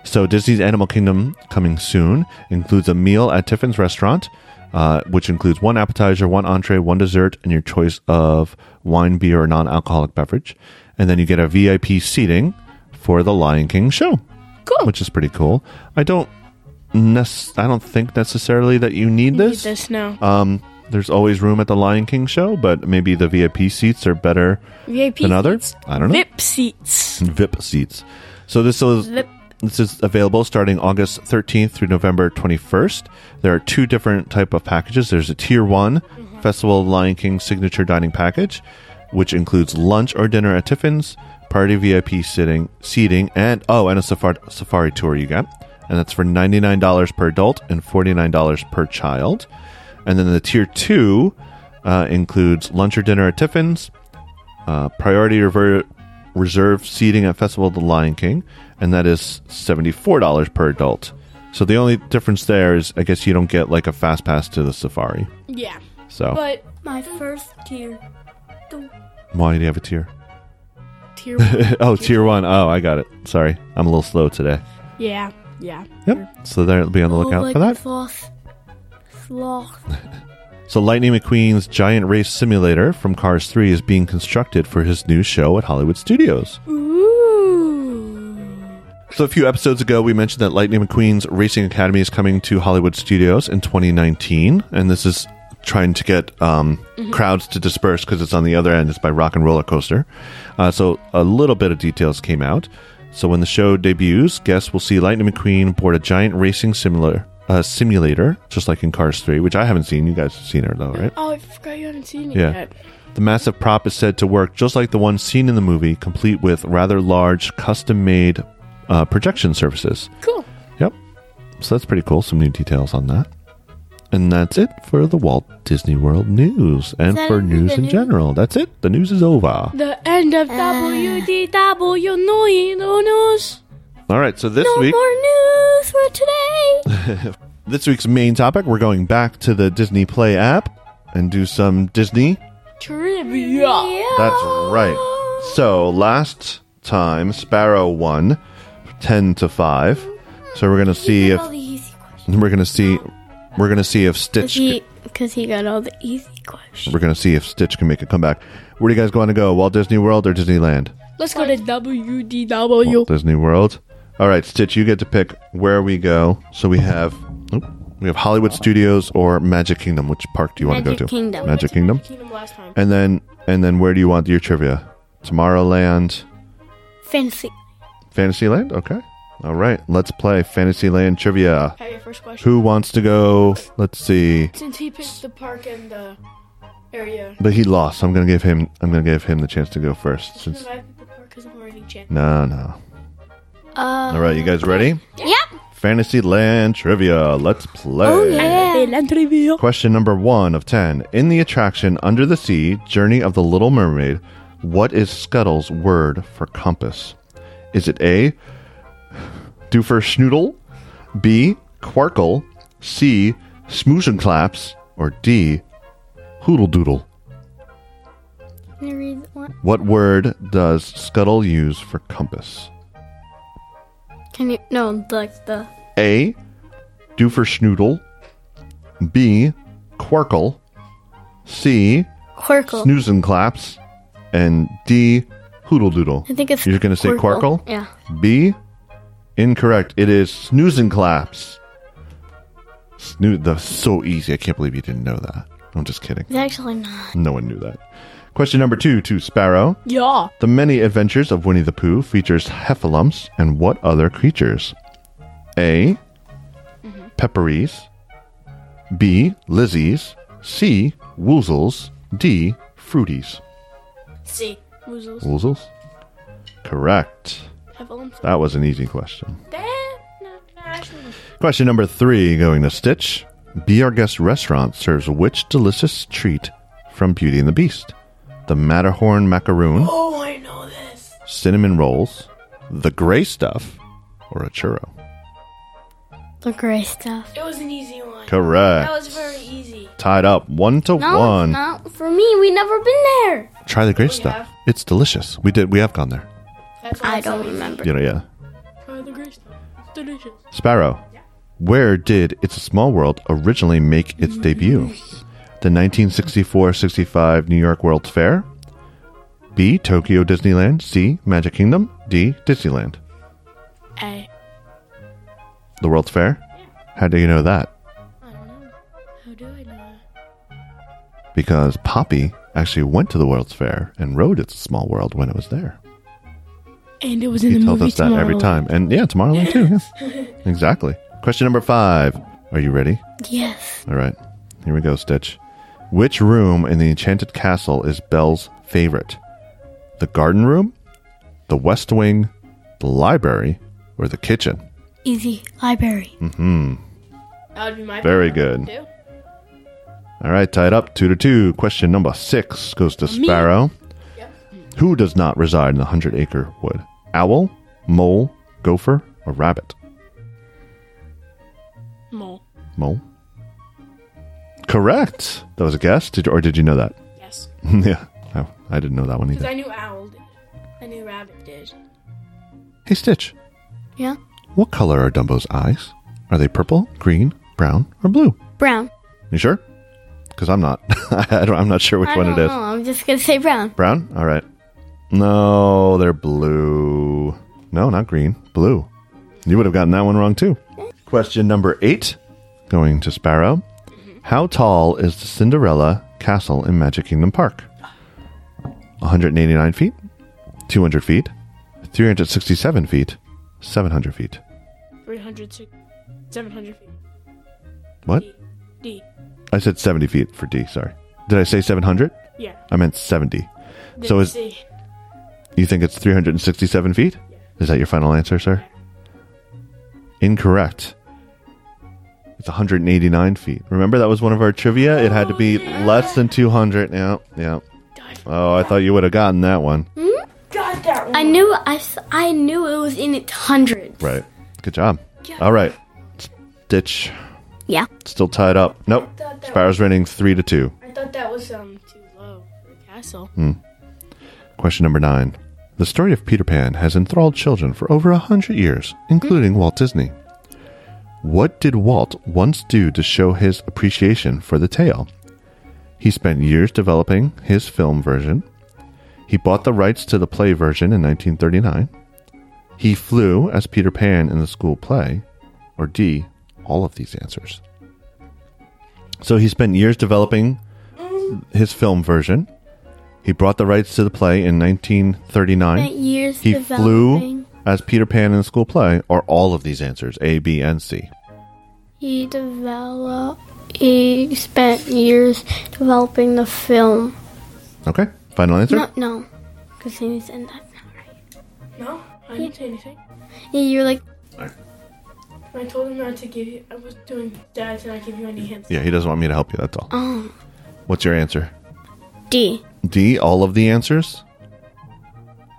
So, Disney's Animal Kingdom coming soon includes a meal at Tiffin's restaurant, uh, which includes one appetizer, one entree, one dessert, and your choice of wine, beer, or non alcoholic beverage. And then you get a VIP seating for the Lion King show Cool. which is pretty cool. I don't nec- I don't think necessarily that you need Need this. this now. Um, there's always room at the Lion King show, but maybe the VIP seats are better VIP. than others. seats. I don't know. VIP seats. VIP seats. So this is VIP This is available starting August 13th through November 21st. There are two different type of packages. There's a tier one Festival of Lion King signature dining package, which includes lunch or dinner at Tiffin's, party VIP sitting seating, and oh, and a safari, safari tour you get, and that's for $99 per adult and $49 per child. And then the tier two uh, includes lunch or dinner at Tiffin's, uh, priority rever- reserve seating at Festival of the Lion King, and that is $74 per adult. So the only difference there is, I guess you don't get like a fast pass to the safari. Yeah. So But My first tier. why do you have a tier? tier one. oh, tier one. Oh, I got it. Sorry, I'm a little slow today. Yeah. Yeah. Yep. So there, be on the lookout Oh, for that. Sloth. Sloth. So Lightning McQueen's giant race simulator from Cars 3 is being constructed for his new show at Hollywood Studios. Ooh. So a few episodes ago, we mentioned that Lightning McQueen's Racing Academy is coming to Hollywood Studios in 2019, and this is trying to get um, crowds to disperse because it's on the other end. It's by Rock and Roller Coaster. Uh, so a little bit of details came out. So when the show debuts, guests will see Lightning McQueen board a giant racing simulator, uh, simulator, just like in Cars 3, which I haven't seen. You guys have seen her though, right? Oh, I forgot you hadn't seen it Yeah. yet. The massive prop is said to work just like the one seen in the movie, complete with rather large custom made uh, projection surfaces. Cool. Yep. So that's pretty cool. Some new details on that. And that's it for the Walt Disney World news and that for it for news the in news? general. That's it. The news is over. The end of WDW Noi No News. All right. So this No week, more news for today. this week's main topic, we're going back to the Disney Play app and do some Disney Trivia. That's right. So last time Sparrow won, ten to five. So we're gonna see if all the easy questions. we're gonna see we're gonna see if Because Stitch he, 'cause he got all the easy questions. we're gonna see if Stitch can make a comeback. Where do you guys want to go? Walt Disney World or Disneyland? Let's go to Oh, WDW. Walt Disney World. All right, Stitch, you get to pick where we go. So we have oop, we have Hollywood Studios or Magic Kingdom. Which park do you want to go Magic to? Kingdom. Magic Kingdom. Kingdom last time. And then and then where do you want your trivia? Tomorrowland. Fancy. Fantasyland? Okay. All right. Let's play Fantasyland trivia. Have your first question. Who wants to go? Let's see. Since he picked the park and the area. But he lost. I'm going to give him I'm going to give him the chance to go first since I picked the park because I'm already champion. No, no. Uh, All right, you guys ready? Yep. Fantasyland trivia. Let's play. trivia. Question number 1 of 10. In the attraction Under the Sea: Journey of the Little Mermaid, what is Scuttle's word for compass? Is it A. Doofer Schnoodle, B. Quarkle, C. Smoosh claps, or D. Hoodle Doodle? Can you read what? What word does Scuttle use for compass? Can you? No, like the. A. Doofer Schnoodle, B. Quarkle, C. Quirkle. Snooze and claps, and D. Hoodle Doodle. I think it's. You're gonna say Quirkle? Yeah. B. Incorrect. It is snooze and claps. Snoo- that's so easy. I can't believe you didn't know that. I'm just kidding. It's actually not. No one knew that. Question number two to Sparrow. Yeah. The Many Adventures of Winnie the Pooh features heffalumps and what other creatures? A. Pepperies. B. Lizzies. C. Woozles. D. Fruities. See. Woozles. Woozles? Correct. Heffalumps. That was an easy question. Damn. No, no, actually. Question number three going to Stitch. Be Our Guest restaurant serves which delicious treat from Beauty and the Beast? The Matterhorn macaroon, Oh, I know this. cinnamon rolls, the gray stuff, or a churro? The gray stuff. It was an easy one. Correct. That was very easy. Tied up one to No, one. not for me. We never been there. Try the grape stuff. have. It's delicious. We did. We have gone there. That's why I it's so don't easy. remember. You know, yeah. Try the gray stuff. It's delicious. Sparrow. Where did It's a Small World originally make its debut? The 1964-65 New York World's Fair. B. Tokyo Disneyland. C. Magic Kingdom. D. Disneyland. Hey. The World's Fair. How do you know that? I don't know. How do I know that? Because Poppy actually went to the World's Fair and rode It's a Small World when it was there. And it was in He the tells movie us that every Tomorrowland. time. And yeah, Tomorrowland too. yeah. exactly. Question number five. Are you ready? Yes. All right. Here we go, Stitch. Which room in the Enchanted Castle is Belle's favorite? The garden room, the West Wing, the library, or the kitchen? Mm-hmm. Easy. Library. Hmm. That would be my Very favorite good. too. All right, tied up two to two. Question number six goes to Me. Sparrow. Who does not reside in the Hundred Acre Wood? Owl, mole, gopher, or rabbit? Mole. Mole. Correct. That was a guess, did, or did you know that? Yes. yeah, I, I didn't know that one Because either. I knew owl did. I knew rabbit did. Hey, Stitch. Yeah. What color are Dumbo's eyes? Are they purple, green, brown, or blue? Brown. You sure? Because I'm not. I don't, I'm not sure which I one don't it is. know. I'm just gonna say brown. Brown? All right. No, they're blue. No, not green. Blue. You would have gotten that one wrong too. Question number eight, going to Sparrow. Mm-hmm. How tall is the Cinderella Castle in Magic Kingdom Park? 189 feet, 200 feet, 367 feet, 700 feet. 300, six- 700 feet. What? D. D. I said 70 feet for D, sorry. Did I say 700? Yeah. I meant 70. So is C. you think it's 367 feet? Is that your final answer, sir? Incorrect. It's 189 feet. Remember that was one of our trivia? It had to Oh, be less than 200. Yeah, yeah. Oh, I thought you would have gotten that one. Got that one. I knew. I, s- I knew it was in its hundreds. Right. Good job. All right. Stitch Yeah. still tied up. Nope. thought that Sparrow's running 3 to 2. I thought that was um too low for the castle. Hmm. Question number nine. The story of Peter Pan has enthralled children for over a hundred years, including Walt Disney. What did Walt once do to show his appreciation for the tale? He spent years developing his film version. He bought the rights to the play version in 1939. He flew as Peter Pan in the school play. Or D, all of these answers. So he spent years developing his film version. He brought the rights to the play in 1939. Spent years He developing. flew as Peter Pan in the school play. Are all of these answers A, B, and C? He developed. He spent years developing the film. Okay. Final answer. No, no, because he needs to end that. No, I didn't say anything. Yeah, you're like, I told him not to give you. I was doing that to not give you any hints. Yeah, he doesn't want me to help you. That's all. oh, What's your answer? D. D. All of the answers.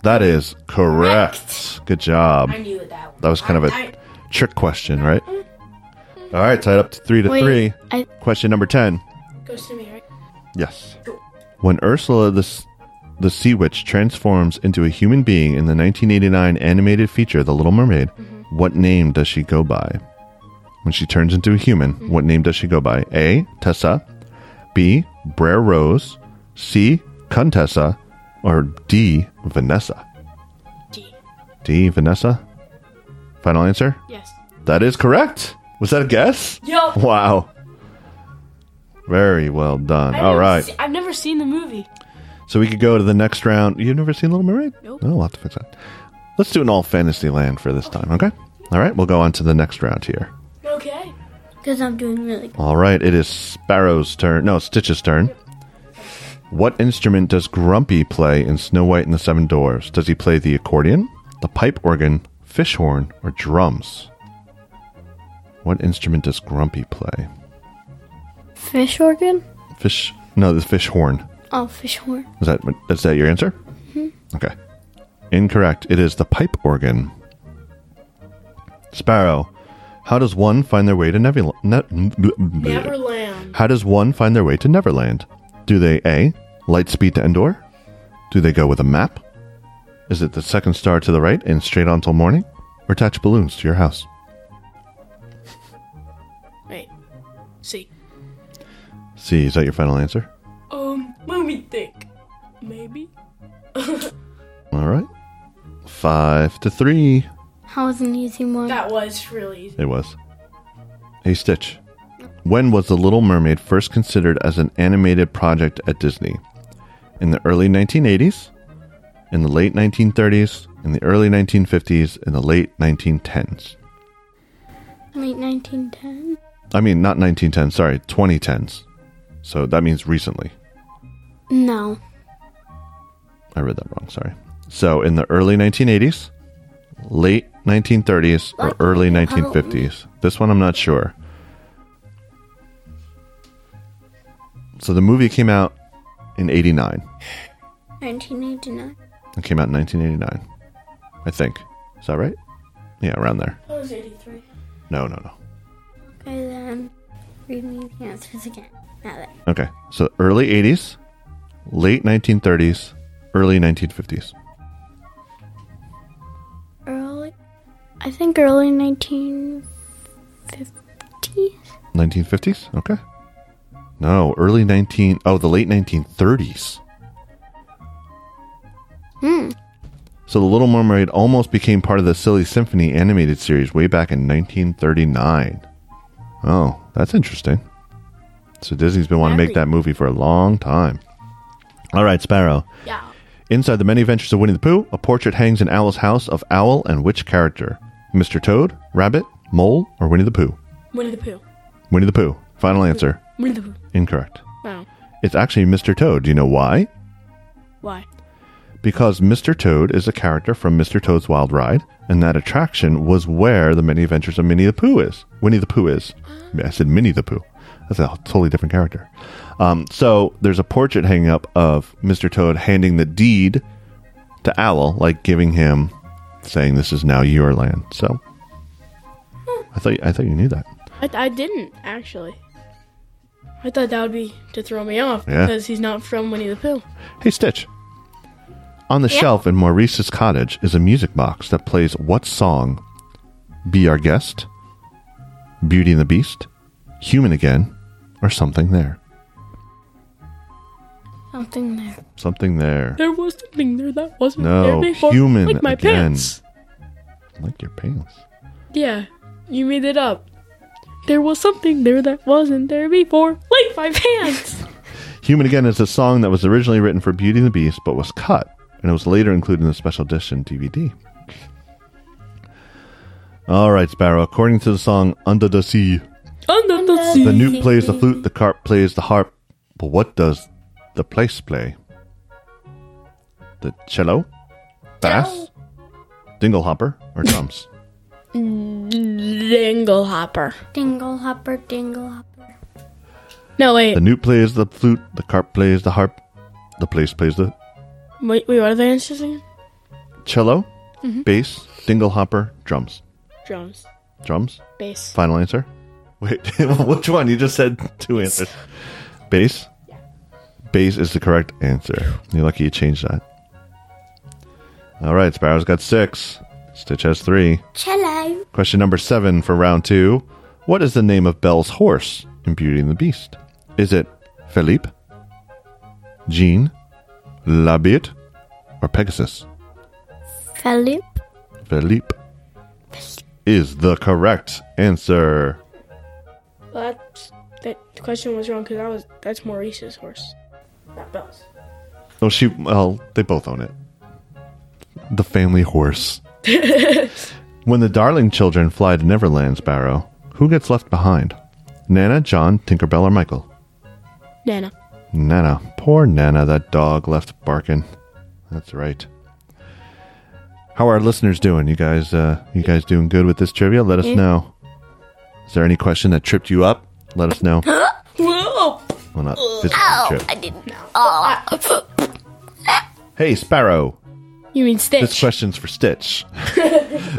That is correct. Good job. I knew that one. That was kind of I- a trick question, right? All right, tied up to three to Mm-hmm. Wait, three. I Question number ten. Goes to me, right? Yes. When Ursula the, S- the Sea Witch transforms into a human being in the 1989 animated feature The Little Mermaid, what name does she go by? When she turns into a human, what name does she go by? A. Tessa, B. Brer Rose, C. Contessa, or D. Vanessa? D. D. Vanessa? Final answer? Yes. That is correct. Was that a guess? Yo. Wow. Very well done. I All never right. se- I've never seen the movie. So we could go to the next round. You've never seen Little Mermaid? Nope. No, we'll have to fix that. Let's do an all fantasy land for this time, okay? All right, we'll go on to the next round here. Okay. because I'm doing really. All right, it is Sparrow's turn. No, Stitch's turn. What instrument does Grumpy play in Snow White and the Seven Dwarfs? Does he play the accordion, the pipe organ, fish horn, or drums? What instrument does Grumpy play? Fish organ? Fish? No, the fish horn. Oh, fish horn. Is that what- is that your answer? Okay. Incorrect. It is the pipe organ. Sparrow. How does one find their way to Nevula? Ne- Neverland. How does one find their way to Neverland? Do they A, light speed to Endor? Do they go with a map? Is it the second star to the right and straight on till morning? Or attach balloons to your house? Wait. See. C, is that your final answer? Um, let me think. Maybe. All right. Five to three. That was an easy one. That was really easy. It was. Hey, Stitch. When was The Little Mermaid first considered as an animated project at Disney? In the early 1980s? In the late 1930s? In in the early 1950s and the late 1910s. Late 1910. I mean, not 1910, sorry, 2010s. So that means recently. No. I read that wrong, sorry. So in the early 1980s, late 1930s, or What? early 1950s. This one I'm not sure. So the movie came out in 89. 1989. It came out in 1989, I think. Is that right? Yeah, around there. That was 83. No, no, no. Okay then. Read me the answers again. Now that. Okay, so early 80s, late 1930s, early 1950s. Early. I think early 1950s. 1950s? Okay. No, early 19 Oh, the late 1930s. Hmm. So The Little Mermaid almost became part of the Silly Symphony animated series way back in 1939. Oh, that's interesting. So Disney's been wanting to make Very. that movie for a long time. All right, Sparrow. Yeah. Inside the many adventures of Winnie the Pooh, a portrait hangs in Owl's house of Owl and which character? Mr. Toad, Rabbit, Mole, or Winnie the Pooh? Winnie the Pooh. Winnie the Pooh. Final answer. Winnie the Pooh. Incorrect. Oh. It's actually Mr. Toad. Do you know why? Why? Because Mr. Toad is a character from Mr. Toad's Wild Ride, and that attraction was where the Many Adventures of Minnie the Pooh is. Winnie the Pooh is. I said Minnie the Pooh. That's a totally different character. Um, so there's a portrait hanging up of Mr. Toad handing the deed to Owl, like giving him, saying, "This is now your land." So I thought I thought you knew that. I, I didn't actually. I thought that would be to throw me off Yeah. because he's not from Winnie the Pooh. Hey, Stitch. On the shelf in Maurice's cottage is a music box that plays what song? Be Our Guest, Beauty and the Beast, Human Again, or Something There? Something there. Something There. There was something there that wasn't No, there before. human like my again. pants. Like your pants. Yeah, you made it up. There was something there that wasn't there before. Like my pants. Human Again is a song that was originally written for Beauty and the Beast but was cut, and it was later included in the special edition DVD. All right, Sparrow. According to the song Under the Sea, Under the sea. The newt plays the flute, the carp plays the harp, but what does the place play? The cello? Bass? Dinglehopper? Or drums? Dingle hopper. Dingle hopper, dingle hopper. No wait. the newt plays the flute, the carp plays the harp, the place plays the Wait, wait, what are the answers again? cello, bass, dinglehopper, drums. Drums. Drums? Bass. Final answer? Wait, which one? You just said two answers. Bass? Bass is the correct answer. You're lucky you changed that. All right, Sparrow's got six. Stitch has three. Cello. Question number seven for round two. What is the name of Belle's horse in Beauty and the Beast? Is it Philippe, Jean, La Bête, or Pegasus? Philip. Philippe is the correct answer. Well, that's, that question was wrong because I was that's Maurice's horse, not Belle's. Oh, she. Well, they both own it. The family horse. when the darling children fly to Neverland, Sparrow, who gets left behind? Nana, John, Tinkerbell, or Michael? Nana. Nana. Poor Nana, that dog left barking. That's right. How are our listeners doing? You guys, uh, you guys doing good with this trivia? Let us Yeah. know. Is there any question that tripped you up? Let us know. Whoa! Well, not physically tripped. I didn't know. Oh. Hey, Sparrow. You mean This Stitch? question's for Stitch.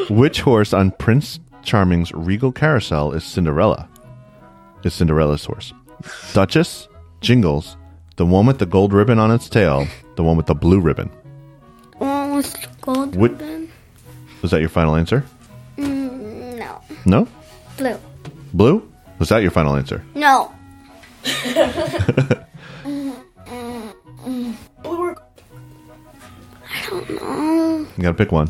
Which horse on Prince Charming's regal carousel is Cinderella? Is Cinderella's horse. Duchess, Jingles, the one with the gold ribbon on its tail, the one with the blue ribbon. Oh, it's gold Would- ribbon? Was that your final answer? Mm, No. No? Blue. Blue? Was that your final answer? No. I don't know. You gotta pick one.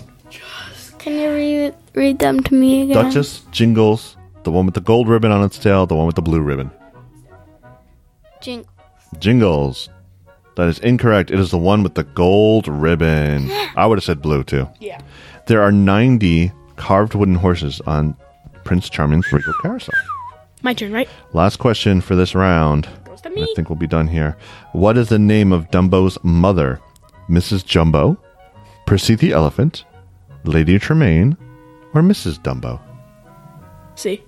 Can you re- read them to me again? Duchess, Jingles, the one with the gold ribbon on its tail, the one with the blue ribbon. Jing- Jingles, That is incorrect. It is the one with the gold ribbon. I would have said blue too. Yeah. There are 90 carved wooden horses on Prince Charming's regal carousel. My turn, right? Last question for this round. Goes to I me. think we'll be done here. What is the name of Dumbo's mother? Mrs. Jumbo, Prissy the elephant, Lady Tremaine, or Mrs. Dumbo? See?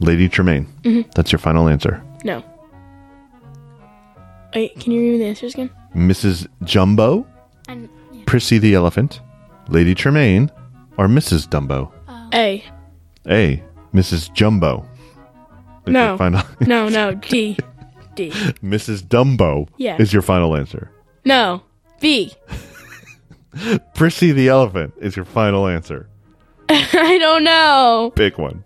Lady Tremaine. Mm-hmm. That's your final answer. No. Wait, can you read me the answers again? Mrs. Jumbo, And Prissy the elephant, Lady Tremaine, or Mrs. Dumbo? A. A. Mrs. Jumbo. Is No. your Final- No, no. D. D. Mrs. Dumbo Yeah. is your final answer. No. B. Prissy the elephant is your final answer. I don't know. Big one.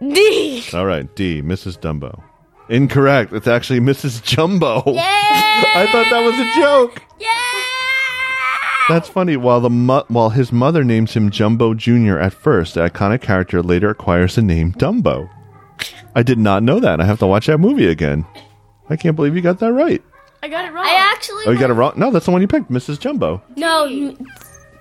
D. All right, D, Mrs. Dumbo. Incorrect. It's actually Mrs. Jumbo. I thought that was a joke. That's funny. While the mo- while his mother names him Jumbo Jr. at first, the iconic character later acquires the name Dumbo. I did not know that. I have to watch that movie again. I can't believe you got that right. I got it wrong. I actually Oh, you got it wrong. No, that's the one you picked, Mrs. Jumbo. no you-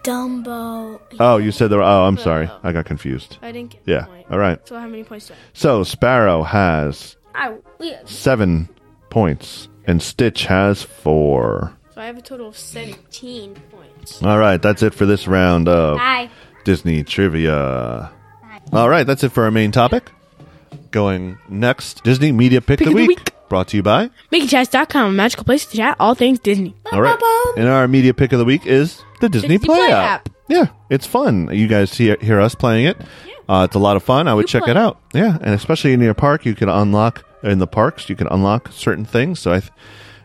Dumbo. Oh, you said the. Oh, I'm sorry. I got confused. I didn't get the Yeah. point. All right. So how many points do I have? So Sparrow has I we, seven points, and Stitch has four. So I have a total of 17 points. All right, that's it for this round of I Disney trivia. All right, that's it for our main topic. Going next, Disney Media Pick, of the, week, brought to you by. MickeyChats.com, a magical place to chat all things Disney. All right, and our media pick of the week is the Disney, Disney Play app. Yeah, it's fun. You guys hear, hear us playing it. Uh, it's a lot of fun. I would check play it it. out. Yeah, and especially in your park, you can unlock in the parks. You can unlock certain things. So I. Th-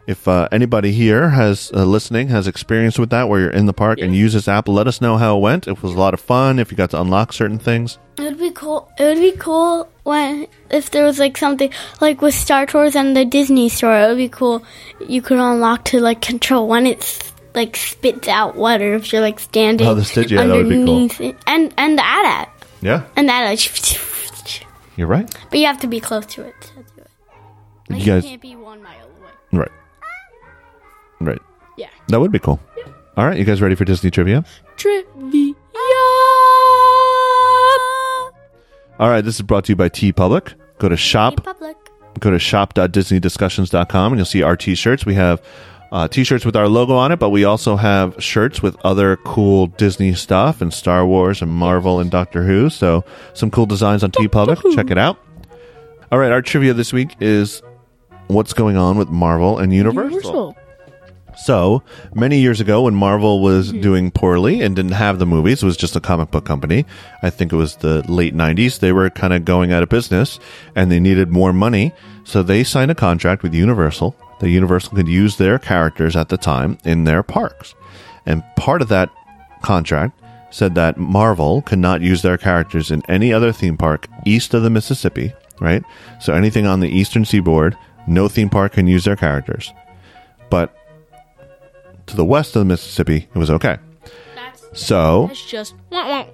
if uh, anybody here has uh, listening has experience with that, where you're in the park and use this app, let us know how it went. If it was a lot of fun. If you got to unlock certain things, It would be cool. It would be cool when if there was like something like with Star Tours and the Disney Store. It would be cool. You could unlock to like control when it's like spits out water if you're like standing. Oh, the stitch- yeah, that would be cool. underneath it. And and that app yeah, and that app. you're right. But you have to be close to it to do it. Like, you guys, can't be one mile away. Right. Right. Yeah. That would be cool. All right, you guys ready for Disney trivia? Trivia. All right, this is brought to you by T Public. Go to shop. Public. Go to shop.disneydiscussions.com and you'll see our t-shirts. We have uh, t-shirts with our logo on it, but we also have shirts with other cool Disney stuff and Star Wars and Marvel and Doctor Who. So some cool designs on T Public. Check it out. All right, our trivia this week is what's going on with Marvel and Universal. Universal. So many years ago, when Marvel was doing poorly and didn't have the movies, it was just a comic book company. I think it was the late 90s. They were kind of going out of business and they needed more money. So they signed a contract with Universal that Universal could use their characters at the time in their parks. And part of that contract said that Marvel could not use their characters in any other theme park east of the Mississippi, right? So anything on the eastern seaboard, no theme park can use their characters. But to the west of the Mississippi, it was okay. So That's just. Wah,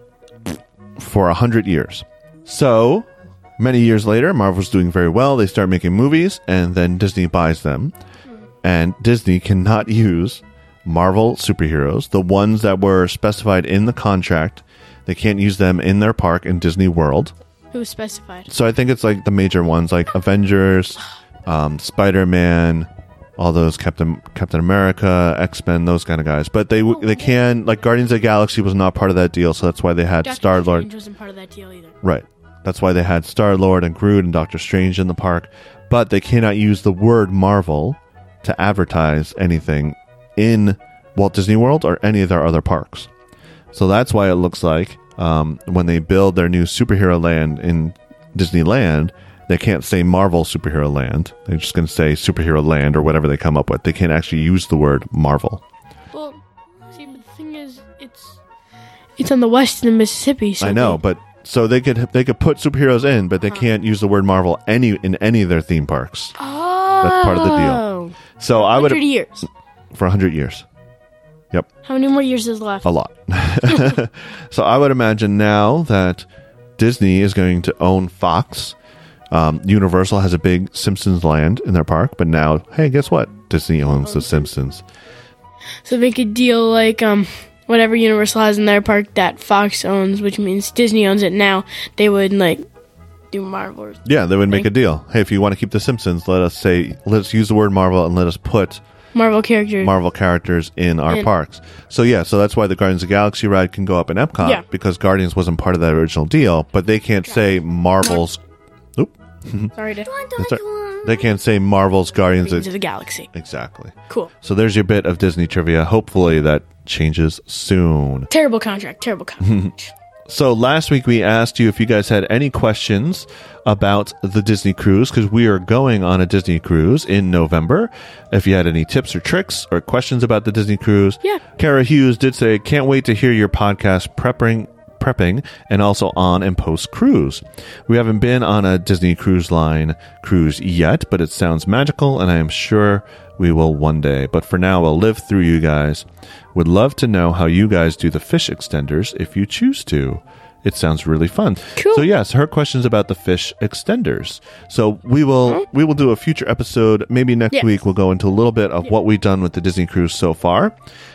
wah. for a hundred years. So many years later, Marvel's doing very well. They start making movies, and then Disney buys them, and Disney cannot use Marvel superheroes, the ones that were specified in the contract. They can't use them in their park in Disney World. It was specified. So I think it's like the major ones, like Avengers, um, Spider Man, all those Captain Captain America, X Men, those kind of guys. But they w they can like Guardians of the Galaxy was not part of that deal, so that's why they had Doctor Star Lord. Strange wasn't part of that deal either. Right. That's why they had Star Lord and Groot and Doctor Strange in the park, but they cannot use the word Marvel to advertise anything in Walt Disney World or any of their other parks. So that's why it looks like um, when they build their new superhero land in Disneyland, they can't say Marvel superhero land. They're just going to say superhero land or whatever they come up with. They can't actually use the word Marvel. Well, see, but the thing is, it's. It's on the west of the Mississippi. So I they- know, Uh-huh. but so they could they could put superheroes in, but they can't use the word Marvel any in any of their theme parks. Oh. part of the deal. So I would 100 Oh. years. for 100 years. Yep, How many more years is left? a lot. so I would imagine now that Disney is going to own Fox. Um, Universal has a big Simpsons land in their park, but now, hey, guess what? Disney owns The Simpsons. So they could deal like um whatever Universal has in their park that Fox owns, which means Disney owns it now. They would like do Marvel. or- Yeah, they would make a deal. Hey, if you want to keep The Simpsons, let us say, let's use the word Marvel and let us put Marvel characters. Marvel characters in our In- parks. So yeah, so that's why the Guardians of the Galaxy ride can go up in Epcot Yeah. because Guardians wasn't part of that original deal, but they can't say Marvel's. Oop, Sorry to that's right. They can't say Marvel's Guardians. into Of, the galaxy. exactly. Cool. So there's your bit of Disney trivia. Hopefully that changes soon. Terrible contract. Terrible contract. So last week we asked you if you guys had any questions about the Disney cruise because we are going on a Disney cruise in November. If you had any tips or tricks or questions about the Disney cruise, Yeah. Kara Hughes did say, "Can't wait to hear your podcast prepping." Prepping and also on and post cruise. We haven't been on a Disney Cruise Line cruise yet, but it sounds magical and I am sure we will one day. But for now, I'll live through you guys. Would love to know how you guys do the fish extenders if you choose to. It sounds really fun. Cool. So yes, her question's about the fish extenders. So we will we will do a future episode. Maybe next Yes. week we'll go into a little bit of what we've done with the Disney cruise so far,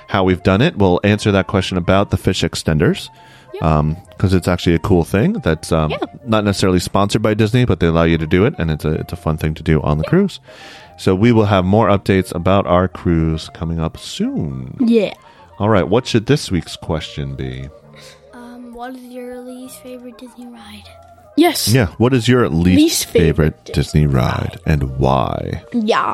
how we've done it. We'll answer that question about the fish extenders. because it's actually a cool thing that's um, not necessarily sponsored by Disney, but they allow you to do it, and it's a it's a fun thing to do on the cruise. So we will have more updates about our cruise coming up soon. yeah. All right, what should this week's question be? Um, what is your least favorite Disney ride? Yes. Yeah, what is your least, Least favorite, favorite Disney ride and why? Yeah.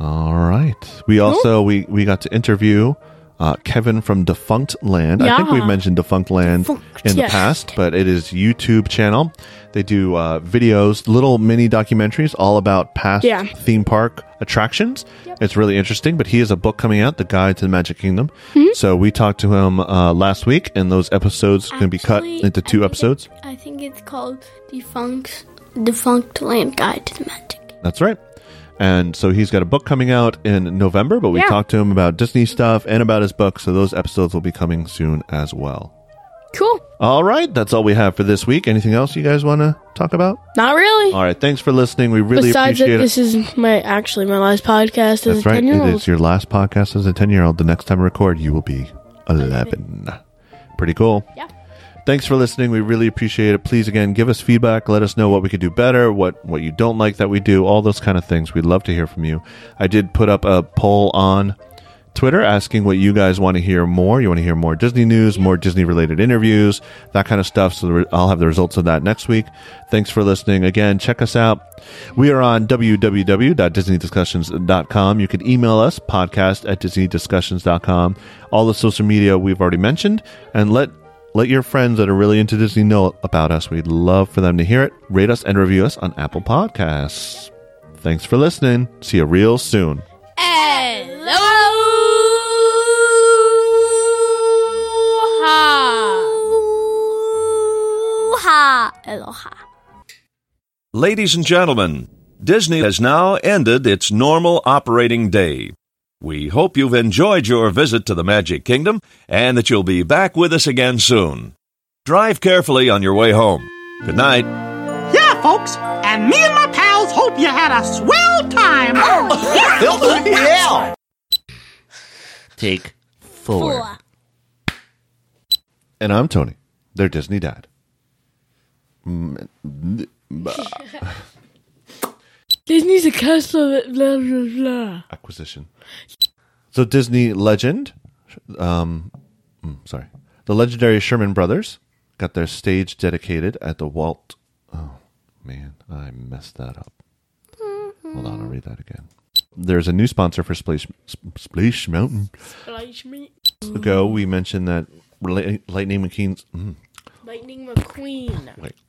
All right. We also we we got to interview uh, Kevin from Defunct Land. I think Yeah. we've mentioned Defunct Land Defunct, in the yes. past, but it is YouTube channel. They do uh, videos, little mini documentaries, all about past Yeah. theme park attractions. It's really interesting. But he has a book coming out, The Guide to the Magic Kingdom. So we talked to him uh, last week, and those episodes can be cut Actually, into I two think episodes. it- I think it's called Defunct Defunct Land Guide to the Magic. That's right. And so he's got a book coming out in November, but we Yeah. talked to him about Disney stuff and about his book, so those episodes will be coming soon as well. Cool. All right, that's all we have for this week. Anything else you guys want to talk about? Not really. All right, thanks for listening. We really Besides that, appreciate it. this is my actually my last podcast as That's a right. ten year It old. is your last podcast as a 10 year old. The next time I record, you will be 11. Pretty cool. Yeah. Thanks for listening. We really appreciate it. Please, again, give us feedback. Let us know what we could do better, what, what you don't like that we do, all those kind of things. We'd love to hear from you. I did put up a poll on Twitter asking what you guys want to hear more. You want to hear more Disney news, more Disney related interviews, that kind of stuff. So the re- I'll have the results of that next week. Thanks for listening. Again, check us out. We are on www.disneydiscussions.com. You can email us podcast at disneydiscussions.com. All the social media we've already mentioned and let let your friends that are really into Disney know about us. We'd love for them to hear it. Rate us and review us on Apple Podcasts. Thanks for listening. See you real soon. Aloha, aloha. Ladies and gentlemen, Disney has now ended its normal operating day. We hope you've enjoyed your visit to the Magic Kingdom and that you'll be back with us again soon. Drive carefully on your way home. Good night. Yeah, folks. And me and my pals hope you had a swell time. Take four. Aloha. And I'm Tony. They're Disney Dad. Disney's a castle. that- Blah, blah, blah. Acquisition. So Disney legend, um, mm, sorry, the legendary Sherman Brothers got their stage dedicated at the Walt. Oh man, I messed that up. Hold on, I'll read that again. There's a new sponsor for Splash, Sp- Splash Mountain. Splash me. Ago, we mentioned that Rela- Lightning McQueen's. Mm, Lightning McQueen. wait.